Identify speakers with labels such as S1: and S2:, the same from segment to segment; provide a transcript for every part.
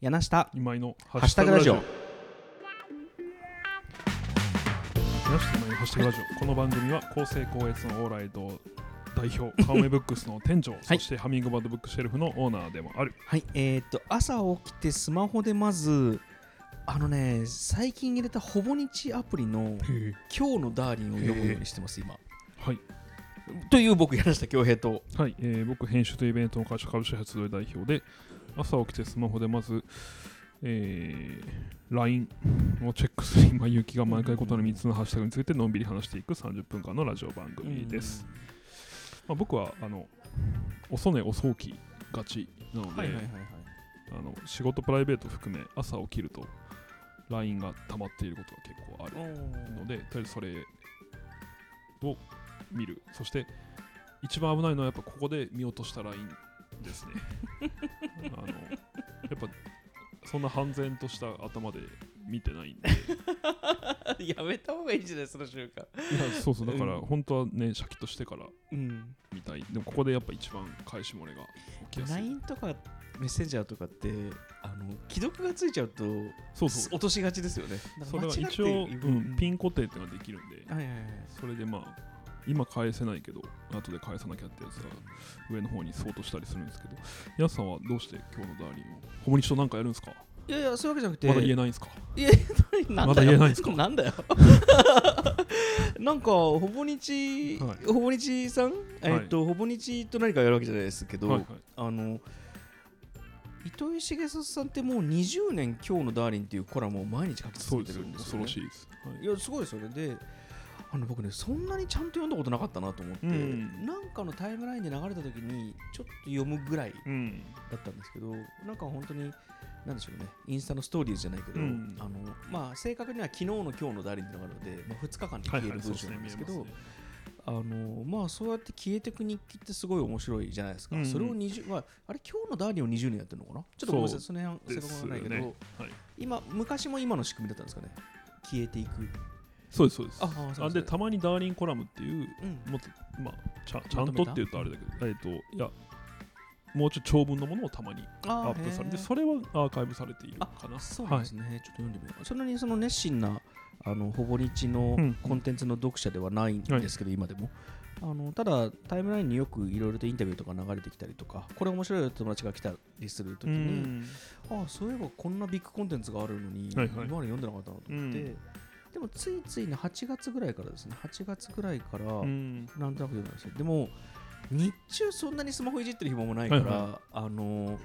S1: 柳下
S2: 今井の
S1: ハ
S2: ハ
S1: ッシュタグラジオ
S2: 皆さんのハッシュタグラジオこの番組は厚生高越のオーライド代表カウメブックスの店長、そしてハミングバードブックシェルフのオーナーでもある
S1: はいえー、っと朝起きてスマホでまずあのね最近入れたほぼ日アプリの「今日のダーリン」を読むようにしてます今
S2: はい、
S1: という僕柳下恭平と
S2: はいえー僕編集とイベントの会社株式発動代表で朝起きてスマホでまず、えー LINE をチェックする今勇気が毎回ことの3つのハッシュタグについてのんびり話していく30分間のラジオ番組です、まあ、僕はあの遅寝遅起きがちなので、
S1: はいはいはいはい
S2: あの仕事プライベート含め朝起きると LINE が溜まっていることが結構あるのでとりあえずそれを見るそして一番危ないのはやっぱここで見落とした LINE です ねあのやっぱそんな半然とした頭で見てないん でい
S1: おーやめた方がいいじゃないその習慣
S2: やそうそうだか
S1: う
S2: ら
S1: ん
S2: 本当はねシャキッとしてから
S1: うん
S2: 見たいでもここでやっぱ一番返し漏れが起きやすい
S1: LINE とかメッセンジャーとかってあの既読がついちゃうと
S2: そうそう
S1: 落としがちですよね
S2: それは一応、うん、ピ
S1: ン
S2: ン固定っていうのができるんで、
S1: はいはいはい
S2: それでまあ今返せないけど後で返さなきゃってやつが上の方にそうとしたりするんですけど皆さんはどうして今日のダーリンをほぼ日となんかやるんですか
S1: いやいやそういうわけじゃなくて
S2: まだ言えないんですか
S1: なんだよ
S2: まだ言えないんすか
S1: なんだよ なんかほぼ日、
S2: はい
S1: ほぼ日さん、えっとほぼ日と何かやるわけじゃないですけど、
S2: はいはい
S1: あの糸井重里さんってもう20年「今日のダーリン」っていうコラムを毎日書き
S2: そ
S1: 続
S2: うで
S1: け
S2: す
S1: てるんです
S2: 恐
S1: よ、ね、
S2: ろしいです、はい
S1: いやすごいですよねであの僕ねそんなにちゃんと読んだことなかったなと思って、
S2: うん
S1: なんかのタイムラインで流れた時にちょっと読むぐらい
S2: うん
S1: だったんですけどなんか本当になんでしょうねインスタのストーリーズじゃないけど、
S2: うん
S1: あのまあ、正確には昨日の今日のダーリンっていうのがあるので、まあ、2日間で
S2: はい
S1: 消え
S2: は
S1: る
S2: いそ
S1: 文
S2: うです
S1: 章
S2: ね
S1: なんで
S2: 見え
S1: すけ
S2: ま
S1: ど、
S2: すね
S1: あのまあ、そうやって消えていく日記ってすごい面白いじゃないですか、
S2: うんうん
S1: それを20、まあ、あれ今日のダーリンを20年やってるのかなちょっとごめんなさいその辺
S2: で
S1: 正
S2: す
S1: 確はないけど、
S2: ねはい
S1: 今昔も今の仕組みだったんですかね消えていく
S2: そうですそうです
S1: ああそう
S2: あ
S1: そ
S2: で
S1: う
S2: たまにダーリンコラムっていう
S1: うん
S2: もっとまあちゃちゃんとって言うとあれだけどえっ、といやもうちょっと長文のものをたまにア
S1: あー
S2: ップされて
S1: へー
S2: それはアーカイブされているかな
S1: そうなんですね、ちょっと読んでみようそんなにその熱心なあのほぼ日の
S2: うん
S1: コンテンツの読者ではないんですけど、今でもあのただタイムラインによくいろいろとインタビューとか流れてきたりとかこれ面白いよって友達が来たりするとき
S2: う
S1: に
S2: ん
S1: ああそういえばこんなビッグコンテンツがあるのに、
S2: はいはい
S1: 今まで読んでなかったなと思って、
S2: うん
S1: でもついついね8月ぐらいからですね8月ぐらいから、
S2: う
S1: な
S2: ん
S1: んとなく読んだんですよでも日中そんなにスマホいじってる暇もないから、
S2: はいは
S1: あの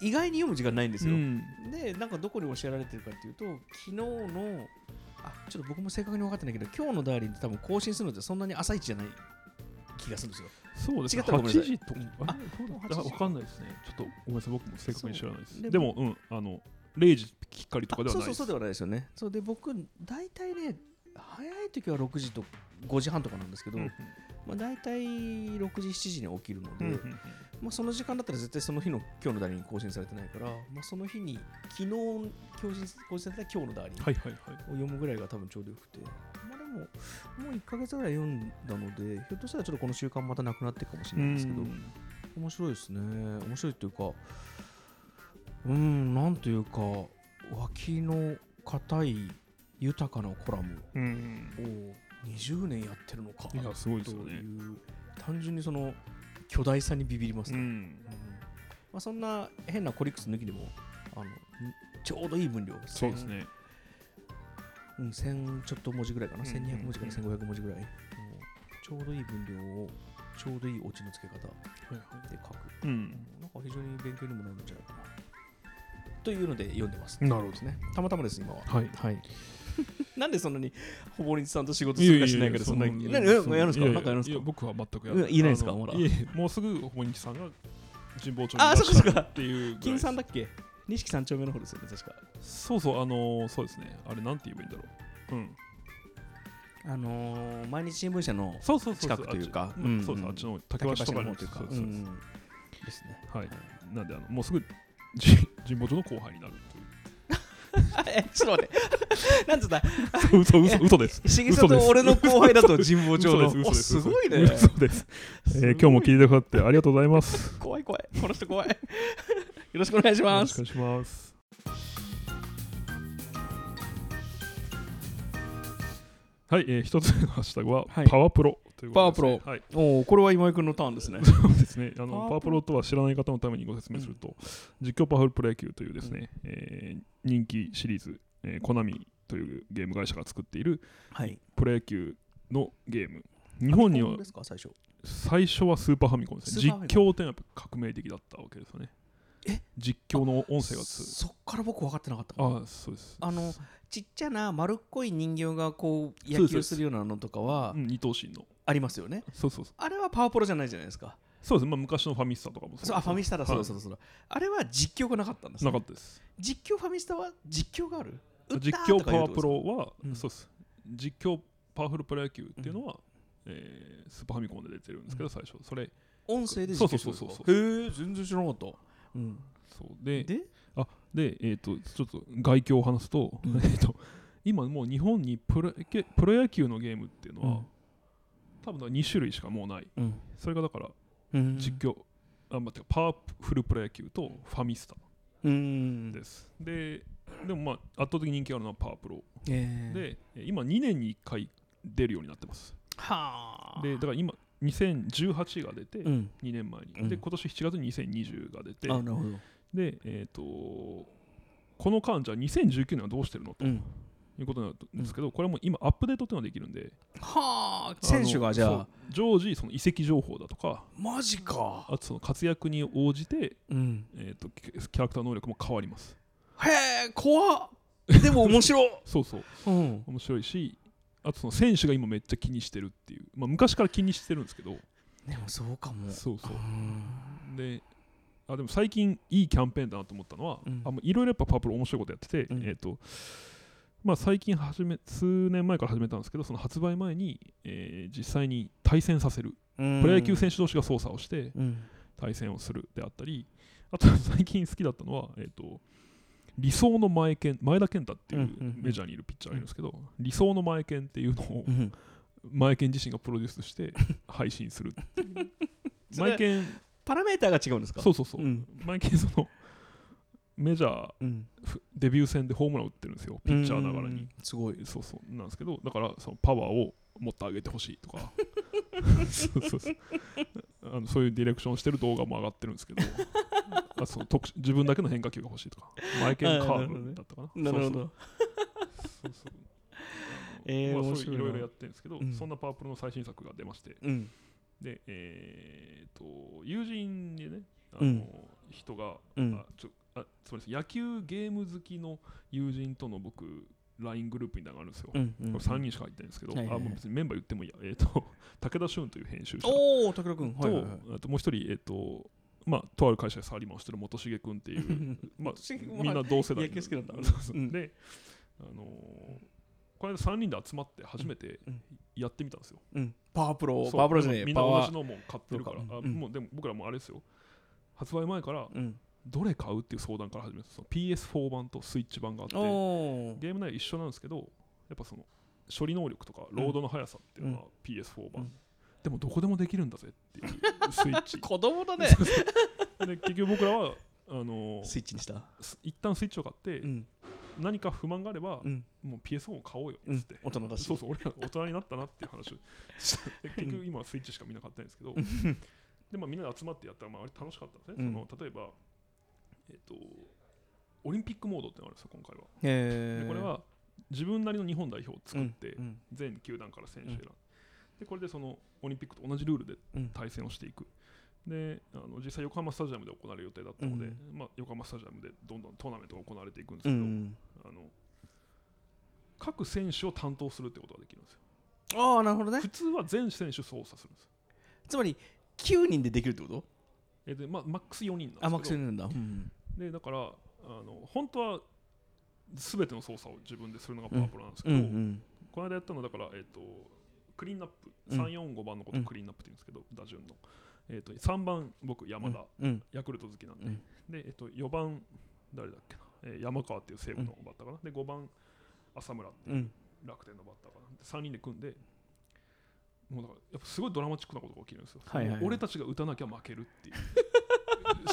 S1: 意外に読む時間ないんですよ、
S2: うん
S1: でなんかどこに教えられてるかっていうと昨日のあちょっと僕も正確に分かってないけど今日の「ダーリン」って多分更新するのってそんなに朝一じゃない気がするんですよ
S2: そうです
S1: 違
S2: ね。
S1: ったらごめんな
S2: 8
S1: さい
S2: 時とか。あれ
S1: もう8
S2: どうだあ
S1: 時
S2: わかんないですね。ちょっとごめんなさい、僕も正確に知らないで
S1: そう
S2: す。
S1: で
S2: でも、うん、あの、0時きっかりとかで
S1: あ
S2: は
S1: そうそ
S2: ないで
S1: う
S2: す。
S1: そうではないですよねそうで僕大体ね早い時は6時と5時半とかなんですけど、
S2: うん
S1: まあ、大体6時7時に起きるので、
S2: うんうんうん
S1: まあ、その時間だったら絶対その日の「今日のダーリン」更新されてないから、まあ、その日に昨日更新更新された「今日のダーリン」
S2: はいはいはい。
S1: を読むぐらいが多分ちょうどよくて、まあ、でも、もう1ヶ月ぐらい読んだので、ひょっとしたらちょっとこの習慣またなくなっていくかもしれないんですけど、
S2: うん
S1: 面白いですね、面白いというか、うん、なんというか、脇の硬い豊かなコラム
S2: うん。
S1: を20年やってるのか
S2: いや、すごいですよ
S1: と
S2: ね。
S1: いう、単純にその巨大さにビビります
S2: う
S1: ね。う
S2: ん
S1: んまあ、そんな変なコリックス抜きでもあのちょうどいい分量
S2: そうですね。
S1: うん、1000ちょっと文字ぐらいかな、
S2: うん
S1: 1200文字から
S2: うん
S1: 1500文字ぐらい、うんちょうどいい分量をちょうどいいオチのつけ方
S2: はいはい
S1: で書く
S2: うん。
S1: なんか非常に勉強にもなるんじゃないかなというので読んでます、
S2: なるほ
S1: ですねたまたまです今は
S2: はい。
S1: はいなんでそんなにほぼ日さんと仕事するかしないかでそんなに何やるんですかなんかやるんです
S2: いや
S1: か
S2: 僕は全くや
S1: うん言えないんですか
S2: あの
S1: まだ
S2: いえいえもうすぐ、ほにきさんが神保町に
S1: あそっかそっか
S2: いらっしゃるっていうぐらいです。
S1: 金さんだっけ錦三丁目の方ですよね確か
S2: そうそう、あのー、そうですね。あれ、なんて言えばいいんだろう。うん。
S1: あのー毎日新聞社の
S2: そうそうそうそ
S1: 近
S2: う。
S1: くというか
S2: あっち
S1: うん
S2: そうです、あっちの竹橋とかに
S1: というか
S2: そう
S1: う
S2: そうそうん
S1: ですね
S2: はい、なんであのもうすぐじ神保町の後 輩になる
S1: あえ ちょっと待って。なんつった
S2: という。嘘嘘嘘 です。
S1: しげさと俺の後輩だと神保町の。
S2: 嘘です。
S1: おすごいね。
S2: 嘘 です。えー、今日も聞いてくださってありがとうございます。よ
S1: 怖い怖い。この人怖い。よろしくお願いし
S2: ろ
S1: ま
S2: しく
S1: す
S2: お。願いします。はい、えー、一つ目のハッシュタグは、
S1: はい
S2: パワプロということですね、
S1: パワ
S2: はい、
S1: おおこれは今井君のターンですね
S2: そうですねあ
S1: パ
S2: の
S1: ワプロ
S2: パワプロとは知らない方のためにご説明すると、実況パワフルプロ野球というですね、えー人気シリーズ、えーコナミというゲーム会社が作っている
S1: はい
S2: プロ野球のゲーム日本に
S1: ファミコ
S2: は
S1: ンですか最初
S2: 最初はスーパーファミコンです
S1: スー
S2: ね実
S1: パーファミ
S2: 況ってのはやっぱ革命的だったわけですよね
S1: え
S2: 実況の音声がつ
S1: そっから僕分かってなかったかも
S2: ああそうです
S1: あのちっちゃな丸っこい人形がこう
S2: そう
S1: 野
S2: ですそう
S1: 球
S2: です
S1: するようなのとかは
S2: うん二等身の
S1: ありますよね
S2: そうそうそう
S1: あれはパワプロじゃないじゃないですか
S2: そうですね、まあ、昔のファミスタとかも
S1: そうあファミスタだそうだ
S2: はい
S1: そうだそうだあれは実況がなかったんですね
S2: なかったです
S1: 実況ファミスタは実況がある打った
S2: 実
S1: ー
S2: 況
S1: とか
S2: パ
S1: 言う
S2: ワ
S1: ってこ
S2: ープ
S1: と
S2: ロは、
S1: うん
S2: そうです実況パワフルプロ野球っていうのは、えースーパーファミコンで出てるんですけど、最初それ
S1: 音声で
S2: そ
S1: 実況
S2: うそう
S1: する
S2: そうそう
S1: へえ全然知らなかった、うん、
S2: そうで
S1: で
S2: でえっ、とちょっと外況を話すと、
S1: うん
S2: えーと今もう日本にプロけプロ野球のゲームっていうのは、
S1: うん
S2: 多分2種類しかもうない
S1: うん
S2: それがだから
S1: うん
S2: 実況、あ待ってパワフルプロ野球とファミスタ
S1: うん
S2: です、ででもまあ圧倒的に人気があるのはパワープロ
S1: えー、
S2: でえー今2年に1回出るようになってます
S1: はあ
S2: でだから今2018が出て
S1: う
S2: 2
S1: ん
S2: 年前に、
S1: うん
S2: で今年7月に2020が出て
S1: あなるほど
S2: でえっ、とこの間じゃあ2019年はどうしてるのと
S1: うん
S2: いうことになるんですけど、これはもう今アップデートっていうのができるんで
S1: はあ選手
S2: あ
S1: が
S2: の
S1: じゃ
S2: そ
S1: あ
S2: う常時その移籍情報だとか
S1: マジか
S2: あとその活躍に応じて、
S1: うん
S2: えー、とキキャラクター能力も変わります
S1: へえ怖っでも面白い、
S2: そうそう
S1: うん、
S2: 面白いしあとその選手が今めっちゃ気にしてるっていう、まあ、昔から気にしてるんですけど
S1: でもそうかも
S2: そうそう
S1: うん
S2: であでも最近いいキャンペーンだなと思ったのは
S1: うん
S2: あもういろいろやっぱパープル面白いことやってて、
S1: うん
S2: えっ、とまあ最近始め数年前から始めたんですけどその発売前に、えー実際に対戦させるプロ野球選手同士が操作をして
S1: うん
S2: 対戦をするであったりあと 最近好きだったのは、えー、と理想の前剣前田健太ってい
S1: ん
S2: う
S1: う
S2: うん
S1: うん
S2: メジャーにいるピッチャーがいるんですけど、理想の前剣っていうのを
S1: うん
S2: 前剣自身がプロデュースして配信するっていう
S1: それ
S2: 前剣
S1: パラメーターが違うんですか
S2: そううそうそう、
S1: ん
S2: 前剣そのメジャー
S1: うん、
S2: ふデビュー戦でホームラン打ってるんですよピッチャーながら
S1: う
S2: に
S1: んすごい
S2: そうそうなんですけどだからそのパワーをもっと上げ てほしいとかそうそうそうあのそういうディレクションしてる動画も上がってるんですけどあそう特殊自分だけの変化球が欲しいとかマイケル・カ
S1: あーなるほどね
S2: ーブだったかな
S1: なるほ
S2: そう
S1: ど
S2: そうそうそう
S1: えー
S2: まあ
S1: 面
S2: そう
S1: 白
S2: い
S1: いうない
S2: ろいろやってるんですけど、
S1: うん
S2: そんなパワープロの最新作が出まして
S1: うん
S2: でえー、と友人でねあの、
S1: うん
S2: 人が、
S1: うん
S2: あちょあすみません野球ゲーム好きの友人との僕 LINE グループみたいなのがあるんですよ、
S1: うんうん
S2: これ3人しか入ってないんですけど、
S1: はいはいはい
S2: あもう別にメンバー言ってもいいや、えー、と 武田俊という編集者と、
S1: おお武田君はいはいはい
S2: あともう一人、えーとまあ、とある会社でサラリーマンをしてる元重君っていう まあ、みんな同世代
S1: 野球好きなんだ
S2: そうそう
S1: うん
S2: で、あのーこの間3人で集まって初めて
S1: うん
S2: やってみたんですよ。
S1: うんパワープロ
S2: そう
S1: パワープロじゃね
S2: でも
S1: え
S2: みん
S1: パ
S2: な同
S1: ワ
S2: じ
S1: ー
S2: のもう買ってるから、
S1: そうか
S2: あ
S1: うん
S2: もうでも僕らもあれですよ。発売前から
S1: うん
S2: どれ買うっていう相談から始めてその PS4 版とスイッチ版があって
S1: おお
S2: ゲーム内容一緒なんですけどやっぱその処理能力とかロードの速さっていうのは PS4 版、
S1: うん
S2: でもどこでもできるんだぜって いうスイッチ
S1: 子供だね
S2: で結局僕らはあのー
S1: スイッチにした
S2: す一旦スイッチを買って、
S1: うん
S2: 何か不満があれば、
S1: うん
S2: もう PS4 を買おうよ
S1: う
S2: っつ
S1: ん
S2: って、
S1: 大人だし
S2: そうそう俺ら大人になったなっていう話を してで結局今はスイッチしかみんな買ってないんですけどで、まあ、みんなで集まってやったらまああれ楽しかったんですね、
S1: うん
S2: その例えば、えっとオリンピックモードってのがあるんですよ今回は
S1: へ
S2: で
S1: え
S2: これは自分なりの日本代表を作って、
S1: うん
S2: 全球団から選手選んで、でこれでそのオリンピックと同じルールで
S1: うん
S2: 対戦をしていく。であの実際、横浜スタジアムで行われる予定だったので、
S1: う
S2: まあ、横浜スタジアムでどんどんトーナメントが行われていくんです
S1: う
S2: けど、
S1: ん
S2: あの各選手を担当するってことができるんですよ。
S1: ああなるほどね
S2: 普通は全選手操作するんですよ。
S1: つまり9人でできるってこと
S2: えで、まあ、マックス4人
S1: あ
S2: な
S1: マ
S2: ん
S1: ック
S2: です
S1: ス
S2: け
S1: に
S2: ど、
S1: なるんだうん
S2: でだからあの、本当は全ての操作を自分でするのがパワプロなんですけ
S1: う
S2: ど、
S1: んうん
S2: この間やったのはだから、えっとクリーンナップ、
S1: うん
S2: 3、4、5番のことをクリーンナップって言うんですけど、打順の。えっと3番、僕、山田、
S1: うん
S2: ヤクルト好きなんで、
S1: うん
S2: で、えっと4番、誰だっけな、えー山川っていう西武のバッターかな、で5番、浅村っていう
S1: うん
S2: 楽天のバッターかなで3人で組んでもうだからやっぱすごいドラマチックなことが起きるんですよ、
S1: はいはいはい
S2: もう俺たちが打たなきゃ負けるってい う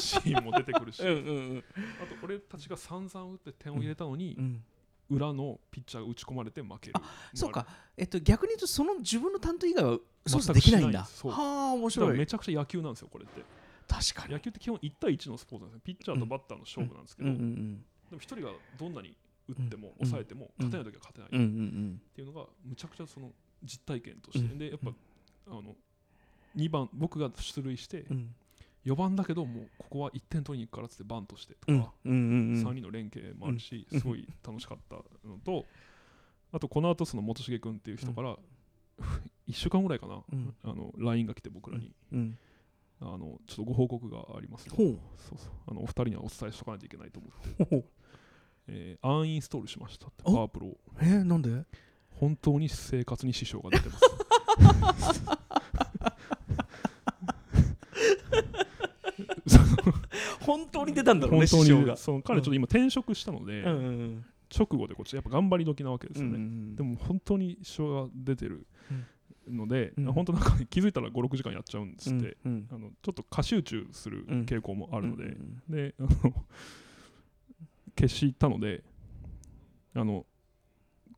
S2: シーンも出てくるし、
S1: うんうん
S2: あと俺たちが散々打って点を入れたのに、
S1: うん
S2: 裏のピッチャーが打ち込まれて負ける
S1: そうか、えっと、逆に言うとその自分の担当以外は操
S2: 全
S1: 作
S2: く
S1: で
S2: し
S1: き
S2: な
S1: ないいんだ
S2: そう
S1: はあ面
S2: だから
S1: 白
S2: め
S1: い
S2: ちゃくちゃ野球なんですよこれって
S1: 確かに
S2: 野球って基本1対1のスポーツなんですねピッチャーとバッターの勝負なんですけ
S1: うん
S2: ど、
S1: うん
S2: でも1人がどんなに打っても
S1: うん
S2: 抑えても
S1: うん
S2: 勝てない時は勝てない
S1: うんうんうん
S2: っていうのがむちゃくちゃその実体験として、
S1: うん
S2: でやっぱあの2番僕が出塁して
S1: うんうん
S2: 4番だけどもうここは1点取りに行くからっつってバントしてとか、
S1: うんうんうん
S2: 3人の連携もあるし、
S1: うん
S2: すごい楽しかったのと、あとこの後その元重君っていう人から、1週間ぐらいかな、
S1: うん
S2: あの LINE が来て僕らに、
S1: うん
S2: あのちょっとご報告がありますと
S1: ほう
S2: そうそうあのお二人にはお伝えしとかないといけないと思って、
S1: ほう
S2: えーアンインストールしましたってパ
S1: お
S2: ワープロを
S1: えー、なんで
S2: 本当に生活に支障が出て ますその
S1: 本当に出たんだろう
S2: 本
S1: ね
S2: 当
S1: 師匠
S2: に
S1: が
S2: その彼ちょっと今転職したので、
S1: うんうんうん
S2: 直後でこっちやっぱ頑張り時なわけです
S1: う
S2: よ
S1: ん
S2: ね、
S1: うん
S2: でも本当に支障が出てるので、
S1: うん
S2: 本当なんか気づいたら56時間やっちゃうんですって、
S1: うん
S2: あのちょっと過集中する傾向もあ
S1: あ
S2: るので、であの消したのであの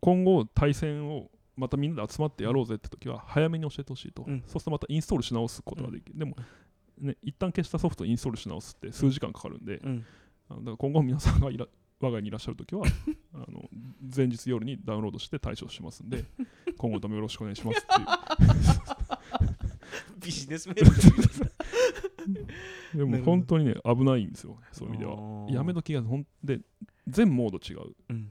S2: 今後対戦をまたみんなで集まってやろうぜって時は早めに教えてほしいと、
S1: うん
S2: そうするとまたインストールし直すことができる、でも、ね、一旦消したソフトをインストールし直すって数時間かかるんで、
S1: うん
S2: あのだから今後皆さんがいら我が家にいらっしゃる時は あの前日夜にダウンロードして対処します んで今後ともよろしくお願いしますっていう
S1: ビジネスメールみたいな
S2: で
S1: な
S2: も
S1: るほど
S2: 本当にね危ないんですよねそういう意味で
S1: あ
S2: は
S1: ー
S2: やめ時がほんで全モード違う
S1: うん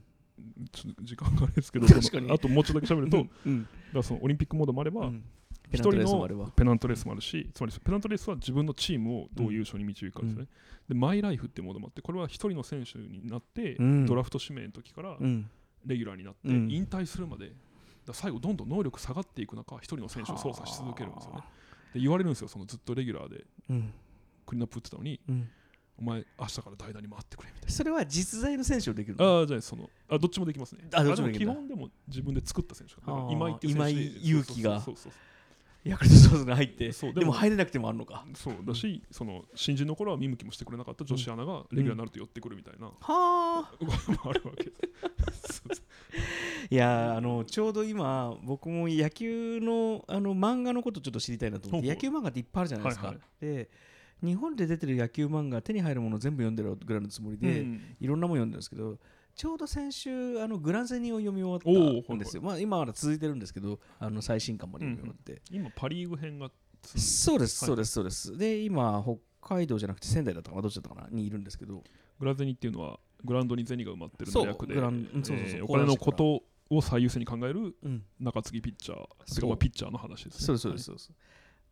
S2: ちょっと時間があれですけど
S1: 確かに
S2: そのあともうちょっとだけ喋るとだか
S1: うん
S2: らそのオリンピックモードもあれ
S1: う
S2: ば
S1: ん
S2: 一
S1: ペナント
S2: 人
S1: レースもあれ
S2: の
S1: ば
S2: ペナントレースもあるしつまりペナントレースは自分のチームをどう優勝に導くかですねでマイライフっていうモードもあってこれは一人の選手になって
S1: うん
S2: ドラフト指名の時から
S1: うん
S2: レギュラーになって
S1: うん
S2: 引退するまでだから最後どんどん能力下がっていく中一人の選手を操作し続けるんですよね
S1: は
S2: で言われるんですよそのずっとレギュラーで
S1: うん
S2: クリーンアップ打ってたのに
S1: うん
S2: お前明日から代打に回ってくれみたいな
S1: それは実在の選手をできるの
S2: ああじゃあそのあどっちもできますね。
S1: あどっちもできるん
S2: あ
S1: だ
S2: で基本でも自分で作った選手がだから
S1: あー
S2: 今井っていう選手
S1: 今
S2: で
S1: 井勇気が
S2: そうそうそう
S1: ヤクルトスワローズに入って
S2: そうで
S1: で
S2: も
S1: も入れなくてもあるのか
S2: そうそうだし、その新人の頃は見向きもしてくれなかった女子アナがレギュラーになると寄ってくるみたいな、
S1: はあ
S2: こと もあるわけ
S1: いやーあのちょうど今僕も野球のあの漫画のことちょっと知りたいなと思って
S2: ほ
S1: 野
S2: うほう
S1: 球漫画っていっぱいあるじゃないですか、
S2: はいは
S1: で日本で出てる野球漫画手に入るもの全部読んでるぐらいのつもりで、
S2: うん
S1: いろんなもの読んでるんですけどちょうど先週あのグランゼニーを読み終わ
S2: おー
S1: ったんですよ、まあ、今まだ続いてるんですけどあの最新刊まで読み終わって、
S2: 今パ・リーグ編がつ
S1: そうです
S2: はい
S1: そうですそうです、で今北海道じゃなくて仙台だったかなどっちだったかなにいるんですけど
S2: グラゼニっていうのはグラウンドに銭が埋まってる
S1: そう
S2: の略で
S1: グランうんそうそうそう
S2: えーお金のことを最優先に考える
S1: うん
S2: 中継ぎピッチャー
S1: そう
S2: てかまあピッチャーの話ですね。
S1: そうですそうです、そうです
S2: は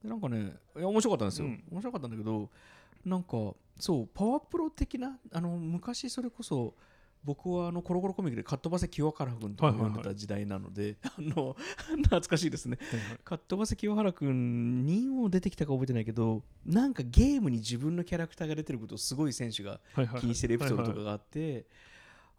S1: でなんかねいや面白かったんですよ、
S2: うん
S1: 面白かったんだけどなんかそうパワープロ的なあの昔それこそ僕はあのコロコロコミックでかっ飛ばせ清原君とか
S2: はいはいはい
S1: 読んでた時代なので、 あの懐かしいですね
S2: いはいはい
S1: かっ飛ばせ清原君にも出てきたか覚えてないけどなんかゲームに自分のキャラクターが出てることをすごい選手が
S2: はいはい
S1: 気にしてるエピソードと
S2: は
S1: か
S2: い
S1: があって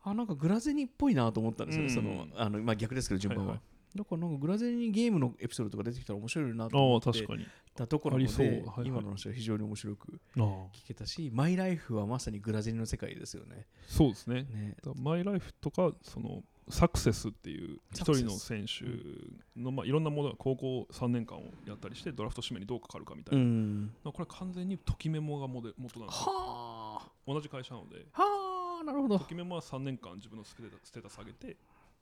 S1: あなんかグラゼニーっぽいなと思ったんですよね、
S2: うん
S1: そのあのまあ、逆ですけど順番は。
S2: はいは
S1: だからなんかグラゼニーゲームのエピソードとか出てきたら面白いなと
S2: はい
S1: 思
S2: あ
S1: って
S2: あ確かに。
S1: たところなの
S2: あり
S1: で
S2: そうはいはい
S1: 今の話は非常に面白く
S2: ああ
S1: 聞けたし「マイ・ライフ」はまさにグラゼニーの世界ですよね。
S2: そうですね。
S1: ね
S2: だマイライフとかそのサクセスっていう一
S1: サクセス
S2: 人の選手の、まあ、いろんなものが高校3年間をやったりしてドラフト指名にどうかかるかみたいな、
S1: ん、
S2: まあこれは完全にときメモがモデ元なんですよ
S1: は
S2: 同じ会社なので
S1: あはあなるほど
S2: と。きメモは3年間自分のステータスステータス上げて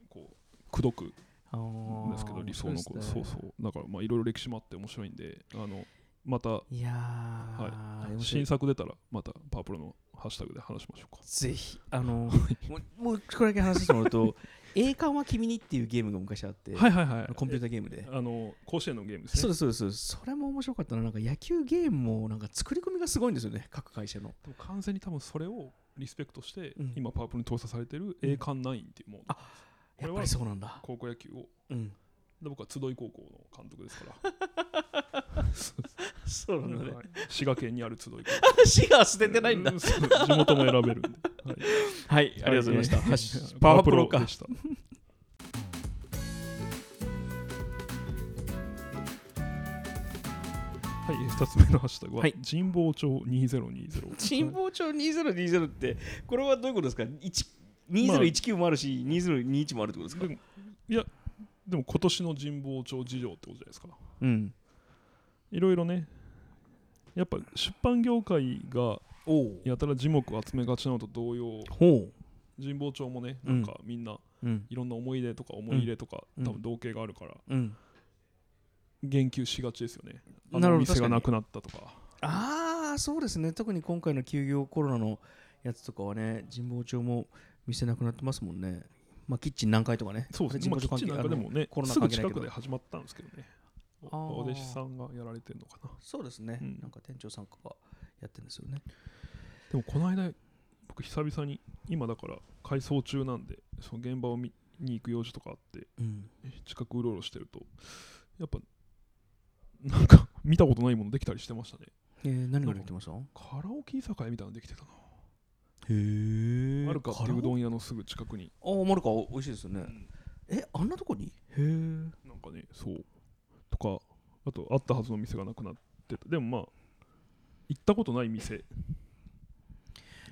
S2: こう口説
S1: あ
S2: くん
S1: ー
S2: ですけど理想の子、
S1: 面白
S2: そ
S1: いうですね
S2: そうだからまあいろいろ歴史もあって面白いんであのまた
S1: いやー、
S2: は
S1: 面白い
S2: 新作出たらまたパープルのハッシュタグで話しましょうか
S1: ぜひあ のもうもうこれだけ話してもらうと 「栄冠は君に」っていうゲームが昔あって、
S2: はいはいはい
S1: コンピューターゲームで
S2: あの甲子園のゲームですね
S1: そうですそうですそうですそれも面白かったななんか野球ゲームもなんか作り込みがすごいんですよね各会社の
S2: でも完全に多分それをリスペクトして、
S1: うん
S2: 今パワープロに搭載されてる栄冠ナインっていうもう
S1: あやっぱりそうなんだ
S2: 高校野球を
S1: うん
S2: で僕は集い高校の監督ですから
S1: そう なんだね
S2: はい滋賀県にある集い高校
S1: 足が捨ててないんだ
S2: うそう地元も選べるんで、はい
S1: はいありがとうございました、
S2: は
S1: ハッシ ュ
S2: パ
S1: パ
S2: ワ
S1: ワ
S2: ー
S1: ー
S2: プ
S1: プ
S2: ロ
S1: ロ
S2: か
S1: か
S2: でしたはい2つ目のハッシュタグは、
S1: はい
S2: 神保町2020
S1: 神保町2020ってこれはどういうことですか一2019もあるし、2021もあるってことですか
S2: でもいやでも今年の神保町事情ってことじゃないですか
S1: うん
S2: いろいろねやっぱ出版業界が
S1: おお
S2: やたら樹木を集めがちなのと同様
S1: ほ
S2: 神保町もね
S1: う
S2: なんんかみんな
S1: ううん
S2: いろんな思い出とか思い入れとか、
S1: うん
S2: 多分同系があるから
S1: うん
S2: 言及しがちですよねあ
S1: なる
S2: の
S1: ほど
S2: 店が
S1: 確かに
S2: なくなったとか
S1: ああそうですね特に今回の休業コロナのやつとかはね神保町も店なくなってますもんねまあキッチン何階とかね
S2: そうですね、
S1: あ
S2: まあ、
S1: れ
S2: キ
S1: 神保
S2: ッチ
S1: 町関
S2: ン
S1: 係
S2: なんかでもね
S1: コロナ
S2: すぐ
S1: 関係ない
S2: 近
S1: けど
S2: くで始まったんですけどねお
S1: あー
S2: お弟子さんがやられてるのかな
S1: そうですね、
S2: うん
S1: なんか店長さんとかやってるんですよね
S2: でもこの間僕久々に今だから改装中なんでその現場を見に行く用事とかあって
S1: うん
S2: 近くうろうろしてるとやっぱなんか見たことないものできたりしてましたね
S1: えー、何ができてましたへ
S2: カラオケ居酒屋みたいなのできてたな、
S1: え
S2: あるかっていううどん屋のすぐ近くに
S1: ああマルカ美味しいですよね、
S2: ん
S1: えあんなとこにへえ
S2: なんかねそうとかあとあったはずの店がなくなってたでもまあ行ったことない店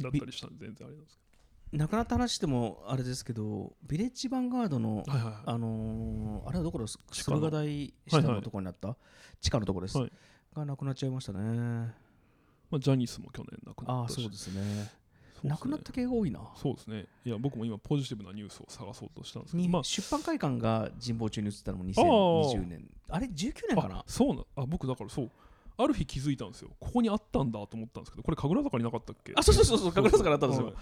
S2: だったりしたんで全然あれなんです
S1: なくなった話してもあれですけどビレッジヴァンガードの
S2: けどはいはいはい
S1: あのーあれはどこですか
S2: 地下の
S1: 駿河台下のところにあった、地下のところです、
S2: はい
S1: がなくなっちゃいましたね
S2: まあ、ジャニスも去年なく
S1: あ
S2: なっ
S1: あ
S2: たし
S1: そうですね
S2: そうですね
S1: なくなった系が多いな、
S2: そうですね。いや、僕も今、ポジティブなニュースを探そうとしたんですけ
S1: に
S2: ど、まあ、
S1: 出版会館が神保中に移ったのも
S2: あ
S1: 2020年あれ19年かな
S2: あそうなあ僕、だからそう、ある日気づいたんですよ。ここにあったんだと思ったんですけど、これ、神楽坂になかったっけ
S1: あそうそうそうそう神楽坂にあったんですよ
S2: はい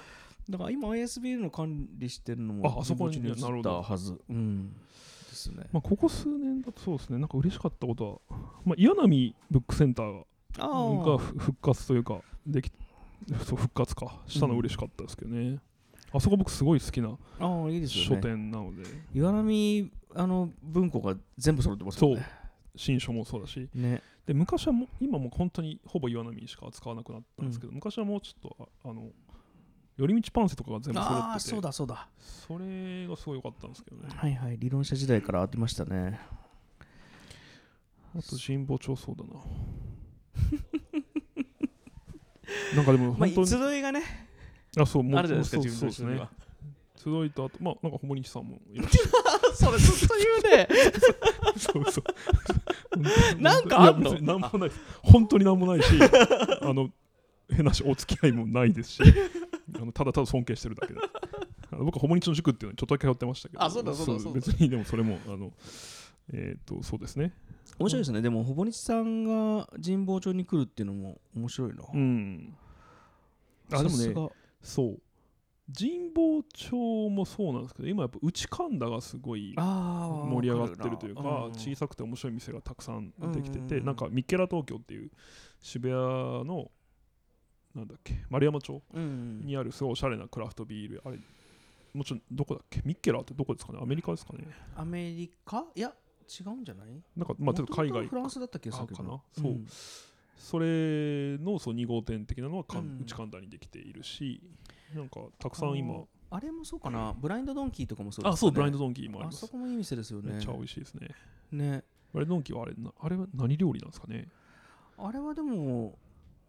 S1: だから今 ISBL の管理してるの
S2: あ
S1: も
S2: あそ
S1: 神
S2: こ
S1: 保
S2: に
S1: 中に移ったはずうんですね、
S2: まあ、ここ数年だとそうですね、なんか嬉しかったことは、まあ、岩波ブックセンター
S1: あ
S2: が
S1: あ
S2: ふ復活というか、でき そう復活か、したのは嬉しかったですけどね。あそこ僕すごい好きな
S1: ああいいです
S2: 書
S1: よね
S2: 店なので、
S1: 岩波あの文庫が全部揃ってますもんね
S2: 新書もそうだし
S1: ね
S2: で昔はもう今もう本当にほぼ岩波しか扱わなくなったんですけど、昔はもうちょっとああの寄り道パンセとかが全部揃
S1: あ
S2: っ
S1: あ
S2: てて
S1: そうだそうだ
S2: それがすごい良かったんですけどね
S1: はいはい理論者時代からありましたね
S2: あと神保町そうだななんかでも
S1: まあ
S2: 本当に、
S1: 集い がね
S2: あ、そうもう
S1: あるじゃないですか
S2: そう
S1: 自分た
S2: そうで
S1: ち
S2: す
S1: の
S2: ね
S1: は
S2: 集いとあとまあなんかほぼにさんもいらっしゃる
S1: それずっと言うね
S2: そう そう
S1: なんかあんの
S2: いや別になんもないです本当になんもないし あの変なしお付き合いもないですしあのただただ尊敬してるだけであの僕はホモニチの塾っていうのにちょっとだけ通ってましたけど
S1: あそうだそうだそうだ
S2: 別にでもそれもあのえっ、とそうですね
S1: 面白いですねでもほぼ日さんが神保町に来るっていうのも面白いな、
S2: うんあでも
S1: さす
S2: ね
S1: が
S2: そう神保町もそうなんですけど今やっぱ内神田がすごい
S1: あー
S2: 盛り上がってるというか
S1: わるな
S2: 小さくて面白い店がたくさんできて
S1: うんうん
S2: て
S1: うん
S2: なんかミッケラ東京っていう渋谷のなんだっけ丸山町
S1: うんうん
S2: にあるすごいおしゃれなクラフトビールあれもちろんどこだっけミッケラってどこですかねアメリカですかね
S1: アメリカいや違うんじゃない
S2: なんかまあちょっと海
S1: 元々は
S2: 外
S1: フランスだったっけ
S2: あ
S1: さっき
S2: か
S1: の
S2: なそう
S1: うん
S2: それのそう2号店的なのはかん
S1: うん
S2: 内神田にできているしなんかたくさん
S1: あ
S2: 今
S1: のあれもそうかなブラインドドンキーとかもそうですか、ね、
S2: あそうブラインドドンキーもあり
S1: あ
S2: ます
S1: そこもいい店ですよね
S2: めっちゃ美味しいですね
S1: ね
S2: ブラインドドンキーはあれなあれは何料理なんですかね
S1: あれはでも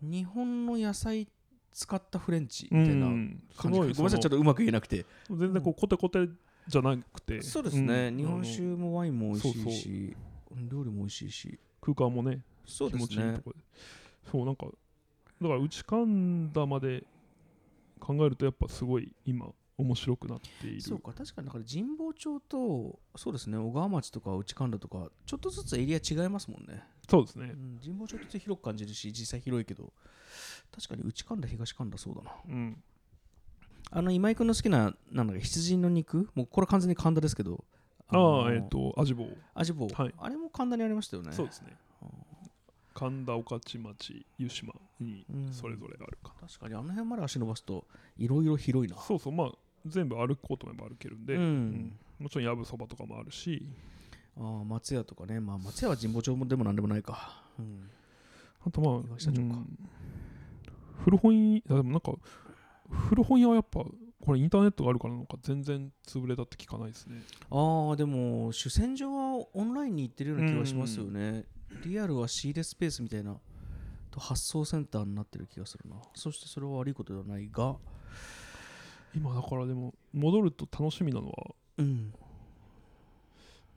S1: 日本の野菜使ったフレンチみたいな
S2: うんす
S1: 感じ、
S2: ごい
S1: ごめんなさいちょっとうまく言えなくて
S2: と全然こうコテコテじゃなくて
S1: そうですね、
S2: ん
S1: 日本酒
S2: あの
S1: もワインも美味しい
S2: そ
S1: し料理も美味しいし
S2: 空間もね
S1: そう
S2: 気
S1: で
S2: 持
S1: す
S2: ちいい
S1: ね
S2: とこでそうなんかだから内神田まで考えるとやっぱすごい今面白くなっている
S1: そうか確かにだから神保町とそうですね小川町とか内神田とかちょっとずつエリア違いますもんね、
S2: そうです
S1: う
S2: ね
S1: ん、神保町って広く感じるし実際広いけど確かに内神田東神田そうだな
S2: うん
S1: あの今井君の好きななんだか羊の肉もうこれ完全に神田ですけど
S2: あ
S1: の
S2: あえっ、と味坊
S1: 味坊、
S2: はい
S1: あれも神田にありましたよね
S2: そうですね
S1: あー
S2: 神田御徒町湯島に
S1: うん
S2: それぞれあるか
S1: 確かにあの辺まで足伸ばすといろいろ広いな
S2: なそうそうまあ全部歩こうと思えば歩けるんで、
S1: うん
S2: もちろんやぶそばとかもあるし
S1: ああ松屋とかね、まあ、松屋は神保町でもなんでもないか、うん、
S2: あとまあ、
S1: 岩下城か
S2: うん古本屋、あでもなんか、古本屋はやっぱ、これインターネットがあるからなのか、全然潰れたって聞かないですね。
S1: ああでも主戦場はオンラインに行ってるような気がしますよね、リアルは仕入れスペースみたいなと発送センターになってる気がするなそしてそれは悪いことではないが
S2: 今だからでも戻ると楽しみなのは
S1: うん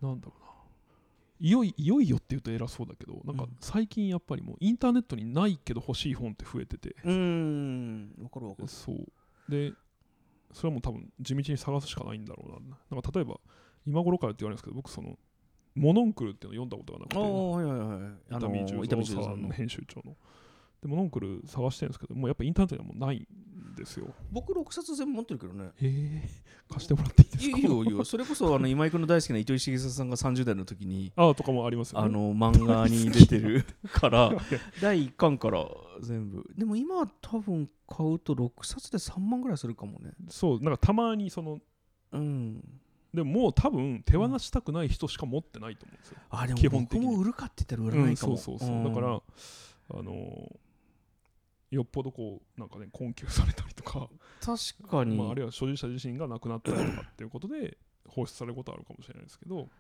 S2: なんだろうないよいいよいよって言うと偉そうだけどなん
S1: う
S2: か
S1: ん
S2: 最近やっぱりもうインターネットにないけど欲しい本って増えてて
S1: うーんわかるわかる
S2: そうでそれはもう多分地道に探すしかないんだろうななんか例えば今頃からって言われるんですけど僕そのモノンクルっていうのを読んだことが
S1: あ
S2: な
S1: あ
S2: く
S1: はいはいはいあの
S2: て伊
S1: 伊丹
S2: 丹
S1: 十
S2: 十
S1: 三
S2: 三
S1: さ
S2: さ
S1: ん
S2: ん
S1: の
S2: の編集長のでモノンクル探してるんですけどもうやっぱインターネットにはもうないんですよ
S1: 僕6冊全部持ってるけどね
S2: へえ貸してもらっていいです
S1: い
S2: か
S1: いよいいよ それこそあの今井君の大好きな糸井重里さんが30代の時に
S2: ああとかもありますよね
S1: あの漫画に出てるから第1巻から全部でも今は多分買うと6冊で3万ぐらいするかもね
S2: そうなんかたまにその
S1: うん
S2: でももう多分手放したくない人しか持ってないと思うんですよ、
S1: あでも
S2: 基本
S1: 僕
S2: 的に
S1: も売るかって言ったら売
S2: う
S1: らない
S2: ん
S1: か
S2: そ
S1: も、
S2: うそうそう、
S1: ん
S2: だからあのーよっぽどこうなんかね困窮されたりとか、
S1: 確かに、
S2: まあ、あるいは所有者自身が亡くなったりとかっていうことで放出されることはあるかもしれないですけどだか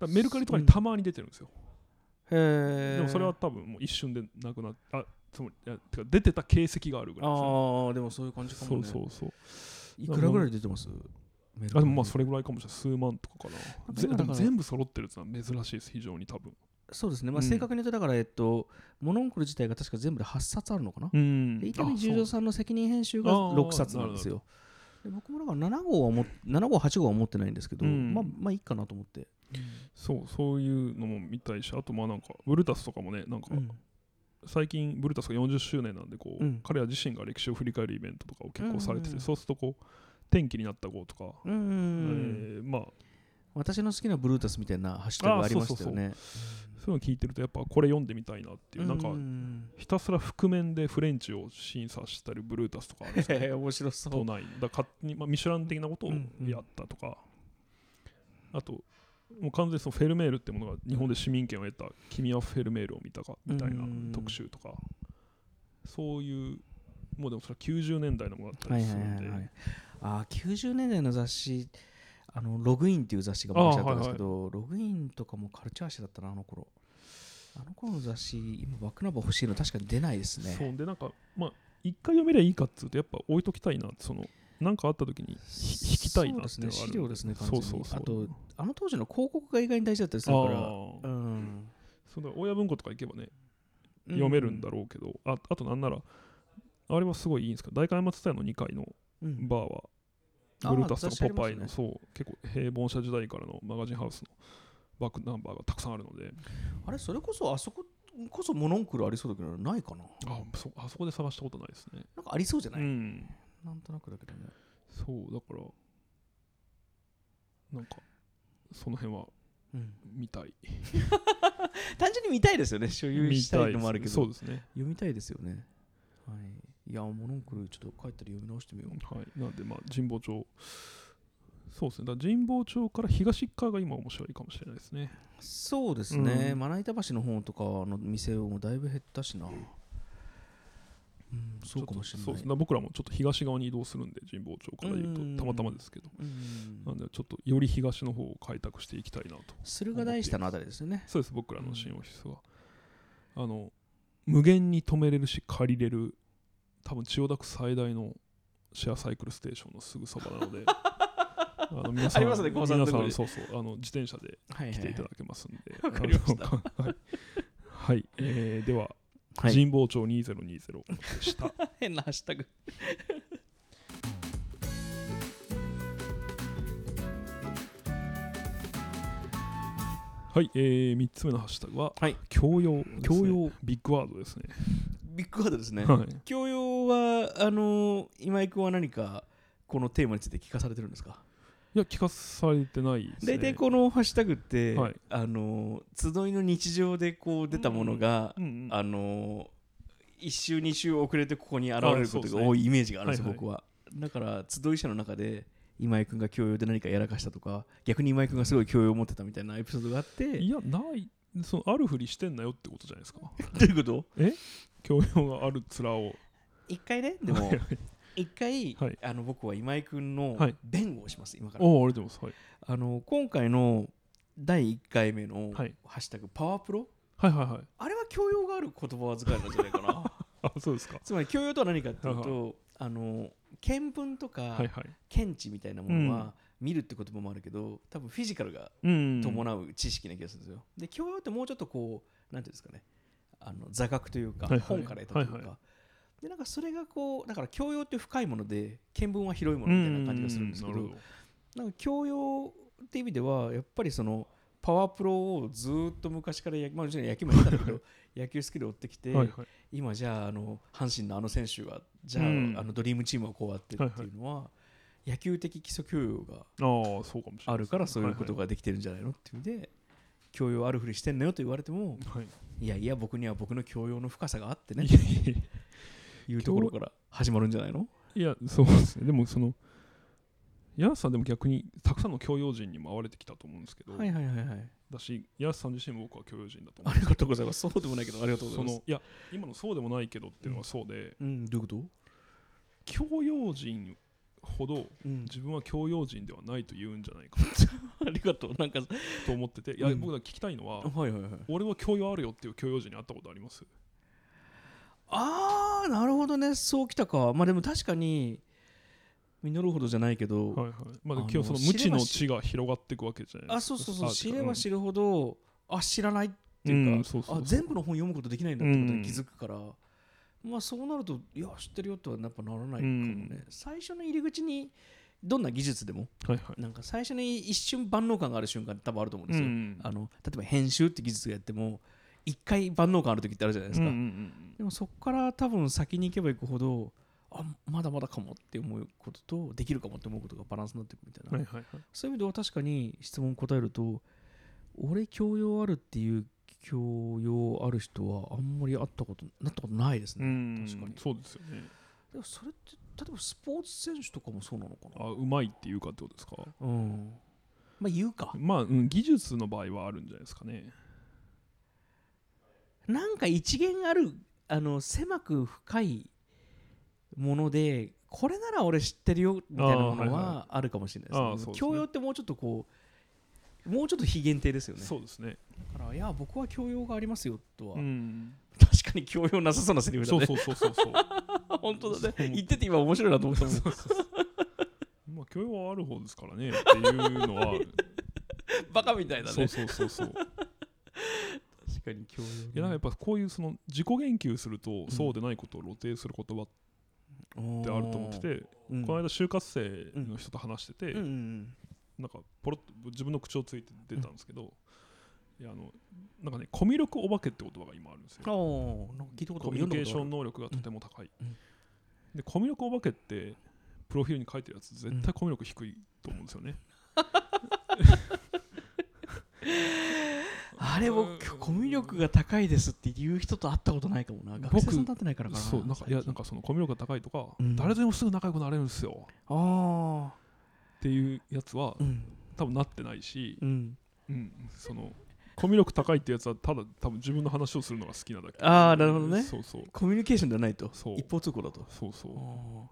S2: らメルカリとかにたまに出てるんですよ、
S1: へえ
S2: でもそれは多分もう一瞬でなくなっあつまりいやてか出てた形跡があるぐらいですよ
S1: ああでもそういう感じかもね
S2: そうそうそう
S1: いくらぐらい出てますメルカ
S2: あ
S1: リ
S2: でもまあそれぐらいかもしれない数万とかかなぜ
S1: 今だから
S2: 全部揃ってるやつは珍しいです非常に多分
S1: そうですね、まあ、
S2: うん
S1: 正確に言うとだから、えっとモノンクル自体が確か全部で8冊あるのかな、
S2: うん
S1: で伊丹十
S2: あそ
S1: 三
S2: う
S1: さんの責任編集が
S2: あー
S1: 6冊なんですよで僕もだから7号はも7号8号は持ってないんですけど、
S2: うん
S1: まあまあいいかなと思って、
S2: そうそういうのも見たいしあとまあなんかブルータスとかもねなんか
S1: うん
S2: 最近ブルータスが40周年なんでこう、
S1: うん
S2: 彼ら自身が歴史を振り返るイベントとかを結構されてて、
S1: うんうんうん
S2: そうするとこう天気になった号とか、
S1: うんうんうん
S2: えーまあ
S1: 私の好きなブルータスみたいなハッシュタグがありましたよね
S2: そういうの聞いてるとやっぱこれ読んでみたいなっていう、なんか
S1: ん
S2: ひたすら覆面でフレンチを審査したりブルータスとかあるんですよ
S1: へえ面白そ
S2: 都
S1: う
S2: 内だから勝手に、まあ、ミシュラン的なことをやったとか、あともう完全にそのフェルメールってものが日本で市民権を得た「君はフェルメールを見たか」みたいな
S1: うん
S2: 特集とか、そういうもうでもそれは90年代のものだった
S1: は
S2: り
S1: い
S2: す
S1: はい
S2: るん
S1: は
S2: で、
S1: い、はい、あー90年代の雑誌あのログインっていう雑誌が昔あったんですけど、ログインとかもカルチャー誌だったなあの頃あの頃の雑誌今バックナンバー欲しいの確かに出ないですね
S2: そうでなんかまあ一回読めりゃいいかっつうとやっぱ置いときたいなそのなんかあった時にひ引きたいなって
S1: そう
S2: いう
S1: で
S2: の
S1: す
S2: があ
S1: ね資
S2: る
S1: 料ですね完全
S2: そう
S1: に
S2: そうそう
S1: あとあの当時の広告が意外に大事だったりするか
S2: あ
S1: ら
S2: ー
S1: うん
S2: そうだから親文庫とか行けばね読めるんだろうけど、ああとなんならあれはすごいいいんですけど大会松田屋の2階の
S1: うん、うん
S2: バーは
S1: あー
S2: ブルータスとかポパイの、
S1: 雑
S2: そう結構平凡者時代からのマガジンハウスのバックナンバーがたくさんあるので
S1: あれそれこそあそここそモノンクルありそうだけどないかな
S2: あそあそこで探したことないですね、
S1: なんかありそうじゃない、
S2: うん
S1: なんとなくだけどね
S2: そうだからなんかその辺は
S1: うん
S2: 見たい
S1: 単純に見たいですよね所有したいのもあるけ
S2: 見たいで
S1: ど
S2: すそうですね
S1: 読みたいですよね。はい、いや、モノンクル、ちょっと帰ったら読み直してみよう。
S2: はいなんでまあ神保町そうですねだから神保町から東側が今面白いかもしれないですね
S1: そうですね、
S2: うん
S1: まな板橋の方とかの店もだいぶ減ったしな。うん、そうかもしれ
S2: ちょ
S1: な
S2: っとそうで
S1: い
S2: す。ね僕らもちょっと東側に移動するんで神保町から言う
S1: うん
S2: とたまたまですけど
S1: うん
S2: なんでちょっとより東の方を開拓していきたいなと
S1: 駿河台下のあたりですよね。
S2: そうです僕らの新オフィスは、あの無限に止めれるし借りれる多分千代田区最大のシェアサイクルステーションのすぐそばな のであの皆さ ん
S1: ありますねこうさんの
S2: 皆
S1: と
S2: さ
S1: こに
S2: んそうそうあの自転車で
S1: はい
S2: 来
S1: は
S2: てい
S1: い
S2: ただけますんで、
S1: わかりました
S2: あのはい、はいえーでは、
S1: はい。
S2: 神保町2020 でした
S1: 変なハッシュタグ。
S2: はい、えー、3つ目のハッシュタグは、
S1: はい
S2: 教養ですね
S1: 教養
S2: ビッグワードですね
S1: ビッグワードですね。
S2: はい
S1: 教養は、あの、今井君は何か、このテーマについて聞かされてるんですか
S2: いや聞かされてないですね
S1: 大体このハッシュタグって、
S2: はい
S1: あの、集いの日常でこう出たものが、
S2: うんうん
S1: あの1週2週遅れてここに現れる
S2: あそう
S1: こ
S2: で
S1: と
S2: す
S1: が
S2: ね
S1: 多いイメージがあるんですよ、
S2: はいはい
S1: 僕はだから集い者の中で今井君が教養で何かやらかしたとか逆に今井君がすごい教養を持ってたみたいなエピソードがあって
S2: いや、ない、そのあるふりしてんなよってことじゃな いですか。
S1: どういうこと
S2: 教養がある面を。
S1: 一回ねでも 一回、
S2: はい
S1: あの僕は今井君の
S2: はい
S1: 弁護をします今から
S2: おお、あれでも、はい。
S1: あの今回の第1回目の「
S2: はい
S1: ハッシュタグパワープロ
S2: はいはいはい」。
S1: あれは教 養がある言葉遣いなんじゃないかな
S2: あ、そうですか。
S1: つまり教養とは何かっていう
S2: は
S1: とあの見聞とか
S2: はいはい。
S1: 見知みたいなもの
S2: うん
S1: は見るって言葉もあるけど多分フィジカルが
S2: うん
S1: 伴う知識な気がするんですよ。で教養ってもうちょっとこうなんていうんですかねあの座学というか、
S2: はいはい
S1: 本から得たというか、
S2: はいは
S1: でなんかそれがこうだから教養って深いもので見聞は広いも
S2: う
S1: の
S2: ん
S1: みたいな感じがするんですけど,、
S2: なるほ
S1: なんか教養って意味ではやっぱりそのパワープロをずーっと昔からや、まあ、もちろん野球もやってたんだ けど野球スキルを追ってきて、
S2: はいはい。
S1: 今じゃああの阪神のあの選手がじゃあ,、
S2: うん
S1: あのドリームチームはこうやってっていうのは、野球的基礎教養が
S2: ああ、そうかもしれないですね。
S1: あるからそういうこと
S2: が。
S1: ができてるんじゃないのっていうので、教養あるふりしてんのよと言われても
S2: はい。
S1: いやいや僕には僕の教養の深さがあってね
S2: いやいやい
S1: いうところから始まるんじゃないの
S2: やいや、そうですね。でも、その、ヤスさんでも逆にたくさんの教養人にも会われてきたと思うんですけど、
S1: はいはいはいはい
S2: だし、ヤスさん自身も僕は教養人だと思
S1: あ
S2: うんで
S1: り
S2: す
S1: がとうございますそうでもないけどありがとうござ
S2: そ
S1: います
S2: のいや、今のそうでもないけどっていうのはそうで、
S1: うんどういうこと
S2: 教養人ほど
S1: うん
S2: 自分は教養人ではないと言うんじゃないか
S1: ありがとうなんかは
S2: と思ってて、いや、
S1: うん
S2: 僕が聞きたいのは、
S1: いはいはい
S2: 俺は教養あるよっていう教養人に会ったことあります
S1: ああなるほどねそうきたかまあでも確かに実るほどじゃないけど、
S2: はいはい。まあ、
S1: あの
S2: 今日その無知の知が広がっていくわけじゃない
S1: あ
S2: です
S1: そ
S2: か。
S1: うそうそう知れば
S2: る
S1: 知るほど、あ知らないっていうか、
S2: うんそうそうそう
S1: あ全部の本読むことできないんだってことに気づくから、まあそうなるといや知ってるよとはやっぱならないかもね、
S2: うん
S1: 最初の入り口にどんな技術でも
S2: はいはい。
S1: なんか最初に一瞬万能感がある瞬間って多分あると思うんですよ、
S2: ん
S1: あの例えば編集って技術やっても一回万能感ある時ってあるじゃないですか、
S2: うんうんうん
S1: でもそこから多分先に行けば行くほどあまだまだかもって思うこととできるかもって思うことがバランスになっていくみたいな、
S2: うんはいはいはい。
S1: そういう意味では確かに質問答えると俺教養あるっていう教養ある人はあんまり会ったことなったことないです
S2: う
S1: ね、
S2: ん
S1: 確かに
S2: そうですよね。
S1: でもそれって例えばスポーツ選手とかもそうなのかな
S2: あ、うまいっていうかってことですか。
S1: うんまあ言うか
S2: まあ、うん、技術の場合はあるんじゃないですかね。
S1: なんか一元あるあの狭く深いものでこれなら俺知ってるよみたいなも
S2: あー
S1: の
S2: はい
S1: はあるかもしれない
S2: あ
S1: で
S2: ーそ
S1: す,、
S2: うです
S1: ね
S2: ね
S1: 教養ってもうちょっとこうもうちょっと非限定ですよね
S2: そうですね。
S1: だからいや僕は教養がありますよとは、
S2: うん。
S1: 確かに教養なさそうなセリフだ
S2: そ
S1: ね
S2: うそうそうそうそう。
S1: 本当だね
S2: そう
S1: 言ってて今面白いなと思ったもん
S2: まあ、教養はある方ですからねっていう のは、
S1: バカみたいだ
S2: そう
S1: ね
S2: そうそうそう。
S1: 確かに教養
S2: いやなんかやっぱこういうその自己言及するとそうでないことを露呈する言葉っ
S1: って
S2: あると思ってて、この間就活生の人と話してて、
S1: うんうん
S2: なんかポロッと自分の口をついて出たんですけど、いやあのなんかねコミュ力お化けって言葉が今あるんです
S1: あ
S2: よ
S1: ーなんか聞いたこと
S2: コミュニケーショ
S1: ン
S2: ン能力がとても高い、
S1: うんうん
S2: でコミュ力お化けってプロフィールに書いてるやつ絶対コミュ力低いと思うんですよね、
S1: あれ僕コミュ力が高いですっていう人と会ったことないかもな学生さんと会ってないからかな
S2: そうなんかいやなん
S1: か
S2: かそのコミュ力が高いとか、
S1: うん
S2: 誰でもすぐ仲良くなれるんですよ
S1: あ
S2: っていうやつは
S1: あうん
S2: 多分なってないし、
S1: うん
S2: うん、そのコミュ力高いってやつはただ多分自分の話をするのが好きなだけ
S1: あーなるほどね
S2: そうそう
S1: コミュニケーションではないと
S2: そう
S1: 一方通行だと
S2: そうそう
S1: あ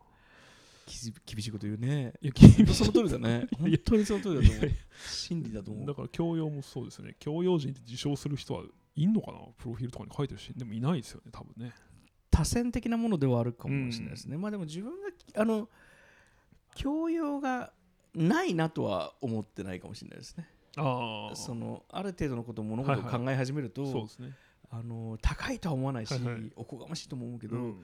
S1: ーきず厳しいこと言うね
S2: いや君
S1: 本当その通りだね本当にその通りだと思う真理だと思
S2: だ
S1: う
S2: から教養もそうですよね教養人って自称する人はいんのかなプロフィールとかに書いてるしでもいないですよね多分ね
S1: 多線的なものではあるかもしれないですね、まあでも自分があの教養がないなとは思ってないかもしれないですね
S2: ああ
S1: そのある程度のことを物事を
S2: はい
S1: 考え始めると、
S2: そうですね
S1: あの高いとは思わないし、
S2: はいはい
S1: おこがましいとも思うけ
S2: う
S1: ど、
S2: ん、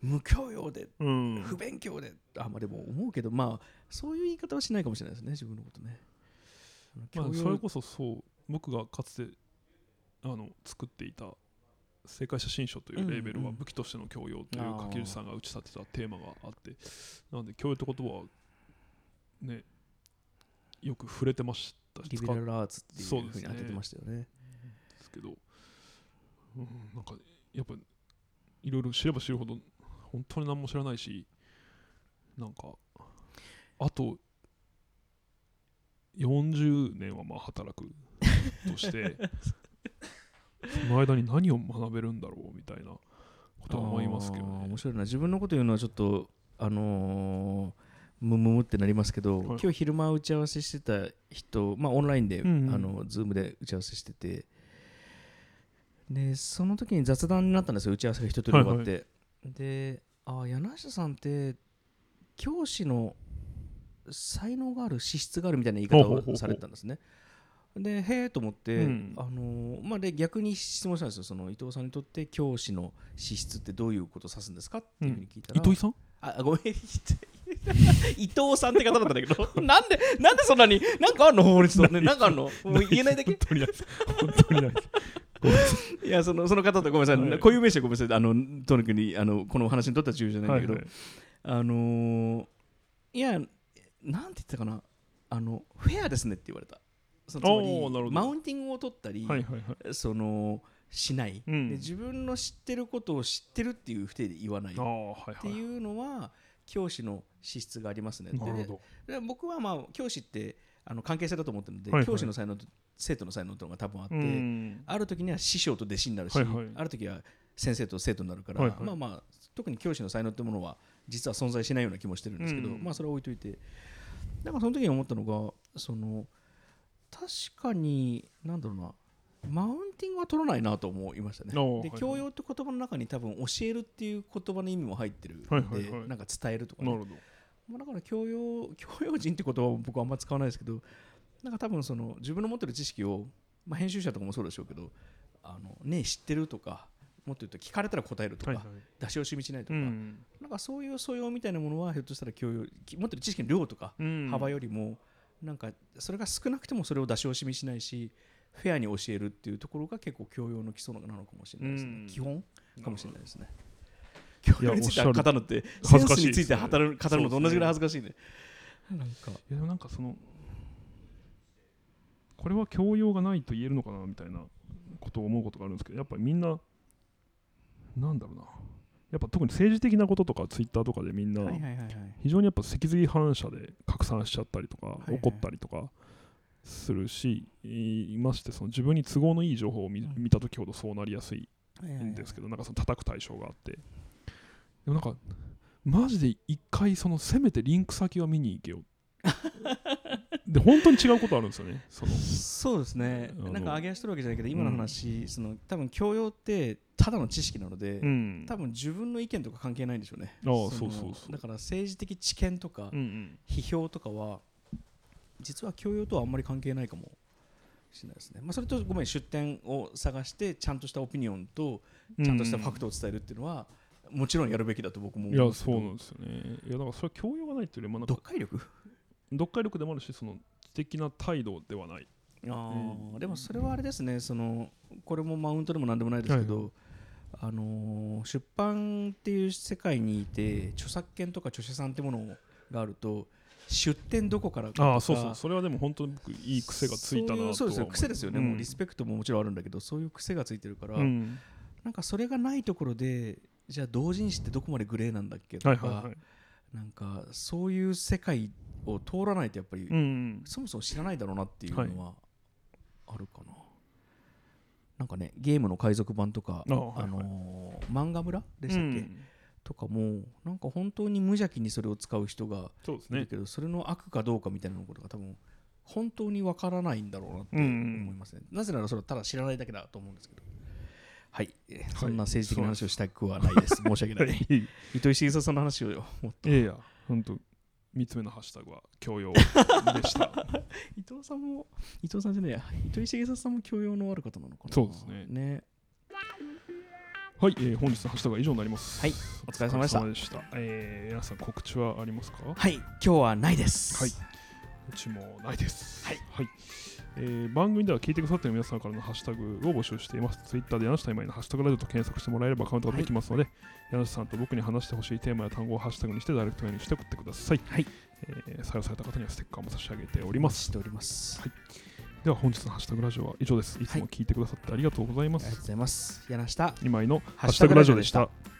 S1: 無教養で
S2: うん、
S1: 不勉強で、あまあでも思うけどまあそういう言い方はしないかもしれないですね自分のことね。あ
S2: ま
S1: の
S2: あ
S1: 教養
S2: それこそそう僕がかつてあの作っていた「世界写真書」というレーベル
S1: うんう
S2: は
S1: ん
S2: 武器としての教養という
S1: あー
S2: 柿内さんが打ち立てたテーマがあってなので教養って言葉はねよく触れてましたし
S1: リベラ
S2: 使うんで
S1: ルアーツっていうふうに当ててましたよね。
S2: すけど、うん、なんかやっぱいろいろ知れば知るほど本当に何も知らないしなんかあと40年はまあ働くとして その間に何を学べるんだろうみたいなことは思いますけど
S1: あー
S2: ね
S1: 面。白いな自分のこと言うのはちょっとあのーむむむってなりますけど、
S2: はい
S1: 今日昼間打ち合わせしてた人、まあ、オンラインで、
S2: うんうん
S1: あのズームで打ち合わせしててでその時に雑談になったんですよ打ち合わせが人と終わって、であー柳下さんって教師の才能がある資質があるみたいな言い方
S2: ほうほうほうほ
S1: を
S2: う
S1: されてたんですね。でへえと思って、
S2: うん
S1: あのまあ、で逆に質問したんですよその伊藤さんにとって教師の資質ってどういうことを指すんですかっていうふうに聞いたら、
S2: 糸井さん
S1: あごめん伊藤さんって方だったんだけ どなんでなんでそんなになんかあんの法律とねなんかあんのもう言えないだけ
S2: 本当にないです。本当にないです。ごめんなさ い
S1: いやそのその方とごめんなさい、
S2: はい
S1: 固有名詞はごめんなさいあのとにかくにあのこのお話にとっては重要じゃないんだけど、
S2: はいはい
S1: あのーいやなんて言ってたかなあのフェアですねって言われたそのつまり
S2: おーなるほど
S1: マウンティングを取ったり、
S2: はいはいはい。
S1: そのしない、
S2: うん
S1: で自分の知ってることを知ってるっていう不定で言わないっ
S2: ああ、はい
S1: て
S2: はい。
S1: いうのは教師の資質がありますね
S2: なる
S1: で
S2: ほど。
S1: で僕はまあ教師ってあの関係性だと思ってるので、
S2: はいはい
S1: 教師の才能と生徒の才能っていうのが多分あって、
S2: うん
S1: ある時には師匠と弟子になるし、
S2: はいはい
S1: ある時は先生と生徒になるから、
S2: はいはい
S1: まあまあ特に教師の才能ってものは実は存在しないような気もしてるんですけど、
S2: うん
S1: まあそれは置いといてだからその時に思ったのがその確かになんだろうなマウンティングは取らないなと思いましたね。で、
S2: おーはいはい
S1: 教養って言葉の中に多分教えるっていう言葉の意味も入ってるので、
S2: はいはいはい
S1: なんか伝えるとか、
S2: な
S1: ね
S2: る、ほど。
S1: まあ、だから教養 教養人って言葉は僕はあんま使わないですけどなんか多分その自分の持ってる知識を、まあ、編集者とかもそうでしょうけどあのねえ知ってるとかもっと言うと聞かれたら答えるとか、
S2: はいはい。
S1: 出し惜しみしないと
S2: う
S1: か、
S2: ん。
S1: なんかそういう素養みたいなものはひょっとしたら教養き持ってる知識の量とか
S2: うん
S1: 幅よりも、なんかそれが少なくてもそれを出し惜しみしないしフェアに教えるっていうところが結構教養の基礎なのかもしれないですね、
S2: うん
S1: 基本かもしれないですね。教養について
S2: おっし
S1: 語
S2: ゃる
S1: るのってセ
S2: 恥
S1: ン
S2: ず
S1: ス
S2: かしい
S1: に
S2: で
S1: つ
S2: すね
S1: いて語る語るのと同じぐらい恥ずかしいね。なんか
S2: いやでもなんかそのこれは教養がないと言えるのかなみたいなことを思うことがあるんですけどやっぱりみんななんだろうなやっぱ特に政治的なこととかツイッターとかでみんな
S1: はいはいはいはい。
S2: 非常にやっぱ脊髄反射で拡散しちゃったりとか
S1: いはい
S2: 怒ったりとかするしいましてその自分に都合のいい情報を見
S1: うん
S2: 見た時ほどそうなりやすいんですけど、なんかその叩く対象があって、でもなんか、マジで一回、そのせめてリンク先は見に行 けよ。で、本当に違うことあるんですよね。その
S1: そうですね。
S2: あの
S1: なんか上げ足取るわけじゃないけど今の話、その多分教養ってただの知識なので、
S2: うん
S1: 多分自分の意見とか関係ないんでしょうね。
S2: ああ
S1: の
S2: そうそうそう
S1: だから政治的知見とか
S2: うんうん
S1: 批評とかは、実は教養とはあんまり関係ないかもしれないですね。まあ、それとごめん出典を探してちゃんとしたオピニオンとちゃんとしたファクトを伝えるっていうのは、もちろんやるべきだと僕も
S2: い
S1: 思
S2: や、
S1: んですけ
S2: そ
S1: ど
S2: うなんですよね。いや、だからそれは教養がないというよりも、なんか
S1: 読解力
S2: 読解力でもあるし、その知的な態度ではない。
S1: あー
S2: うん
S1: でもそれはあれですねそのこれもマウントでも何でもないですけ
S2: はい
S1: ど、あのー出版っていう世界にいて著作権とか著者さんってものがあると出典どこからかとか
S2: ああ、そうそう、それはでも本当に僕、いい癖がついたなとは思
S1: そういうそうですよ癖ですよね、
S2: うん
S1: もうリスペクトももちろんあるんだけどそういう癖がついてるから、
S2: うん
S1: なんかそれがないところでじゃあ同人誌ってどこまでグレーなんだっけとか、
S2: はいはいはい。
S1: なんかそういう世界を通らないとやっぱり、
S2: うんうん
S1: そもそも知らないだろうなっていうのはあるかな、なんかねゲームの海賊版とか
S2: あはいはい
S1: あのー漫画村でしたっけ、
S2: うん
S1: とかもなんか本当に無邪気にそれを使う人が
S2: そうです
S1: いる
S2: ね。
S1: けど、それの悪かどうかみたいなことが多分本当にわからないんだろうなって
S2: うんうん
S1: 思いますね、なぜならそれはただ知らないだけだと思うんですけどはい、えーそんな政治的な話をしたく はないです申し訳ない糸井重里さんの話をもっと
S2: いやいや、本当三つ目のハッシュタグは教養で した。
S1: 伊藤さんも伊藤さんじゃねえや糸井重里さんも教養のある方なのかな
S2: そうですね
S1: ね
S2: はい、えー本日のハッシュタグは以上になります。
S1: はい、お疲れ様でした
S2: お疲れ様えー皆さん告知はありますか？は
S1: はい、今日はないです。
S2: はいいうちもないです。
S1: はい、
S2: えー番組では聞いてくださっている皆さんからのハッシュタグを募集しています。ツイッターで柳下今井のハッシュタグラジオと検索してもらえればアカウントができますので、柳下さんと僕に話してほしいテーマや単語をハッシュタグにしてダイレクトメールにして送ってください。
S1: はい
S2: えー採用された方にはステッカーも差し上げてお
S1: お
S2: ります。
S1: しております。
S2: はいでは本日のハッシュタグラジオは以上です。いつも聞いてくださってありがとうございま
S1: ありが
S2: す
S1: とう。ございます。柳下。
S2: 今井のハ
S1: ハ
S2: ッ
S1: ッ
S2: シ
S1: シ
S2: ュ
S1: ュタ
S2: タグ
S1: グ
S2: ラ
S1: ラ
S2: ジ
S1: ジオ
S2: オで
S1: で
S2: し
S1: したた。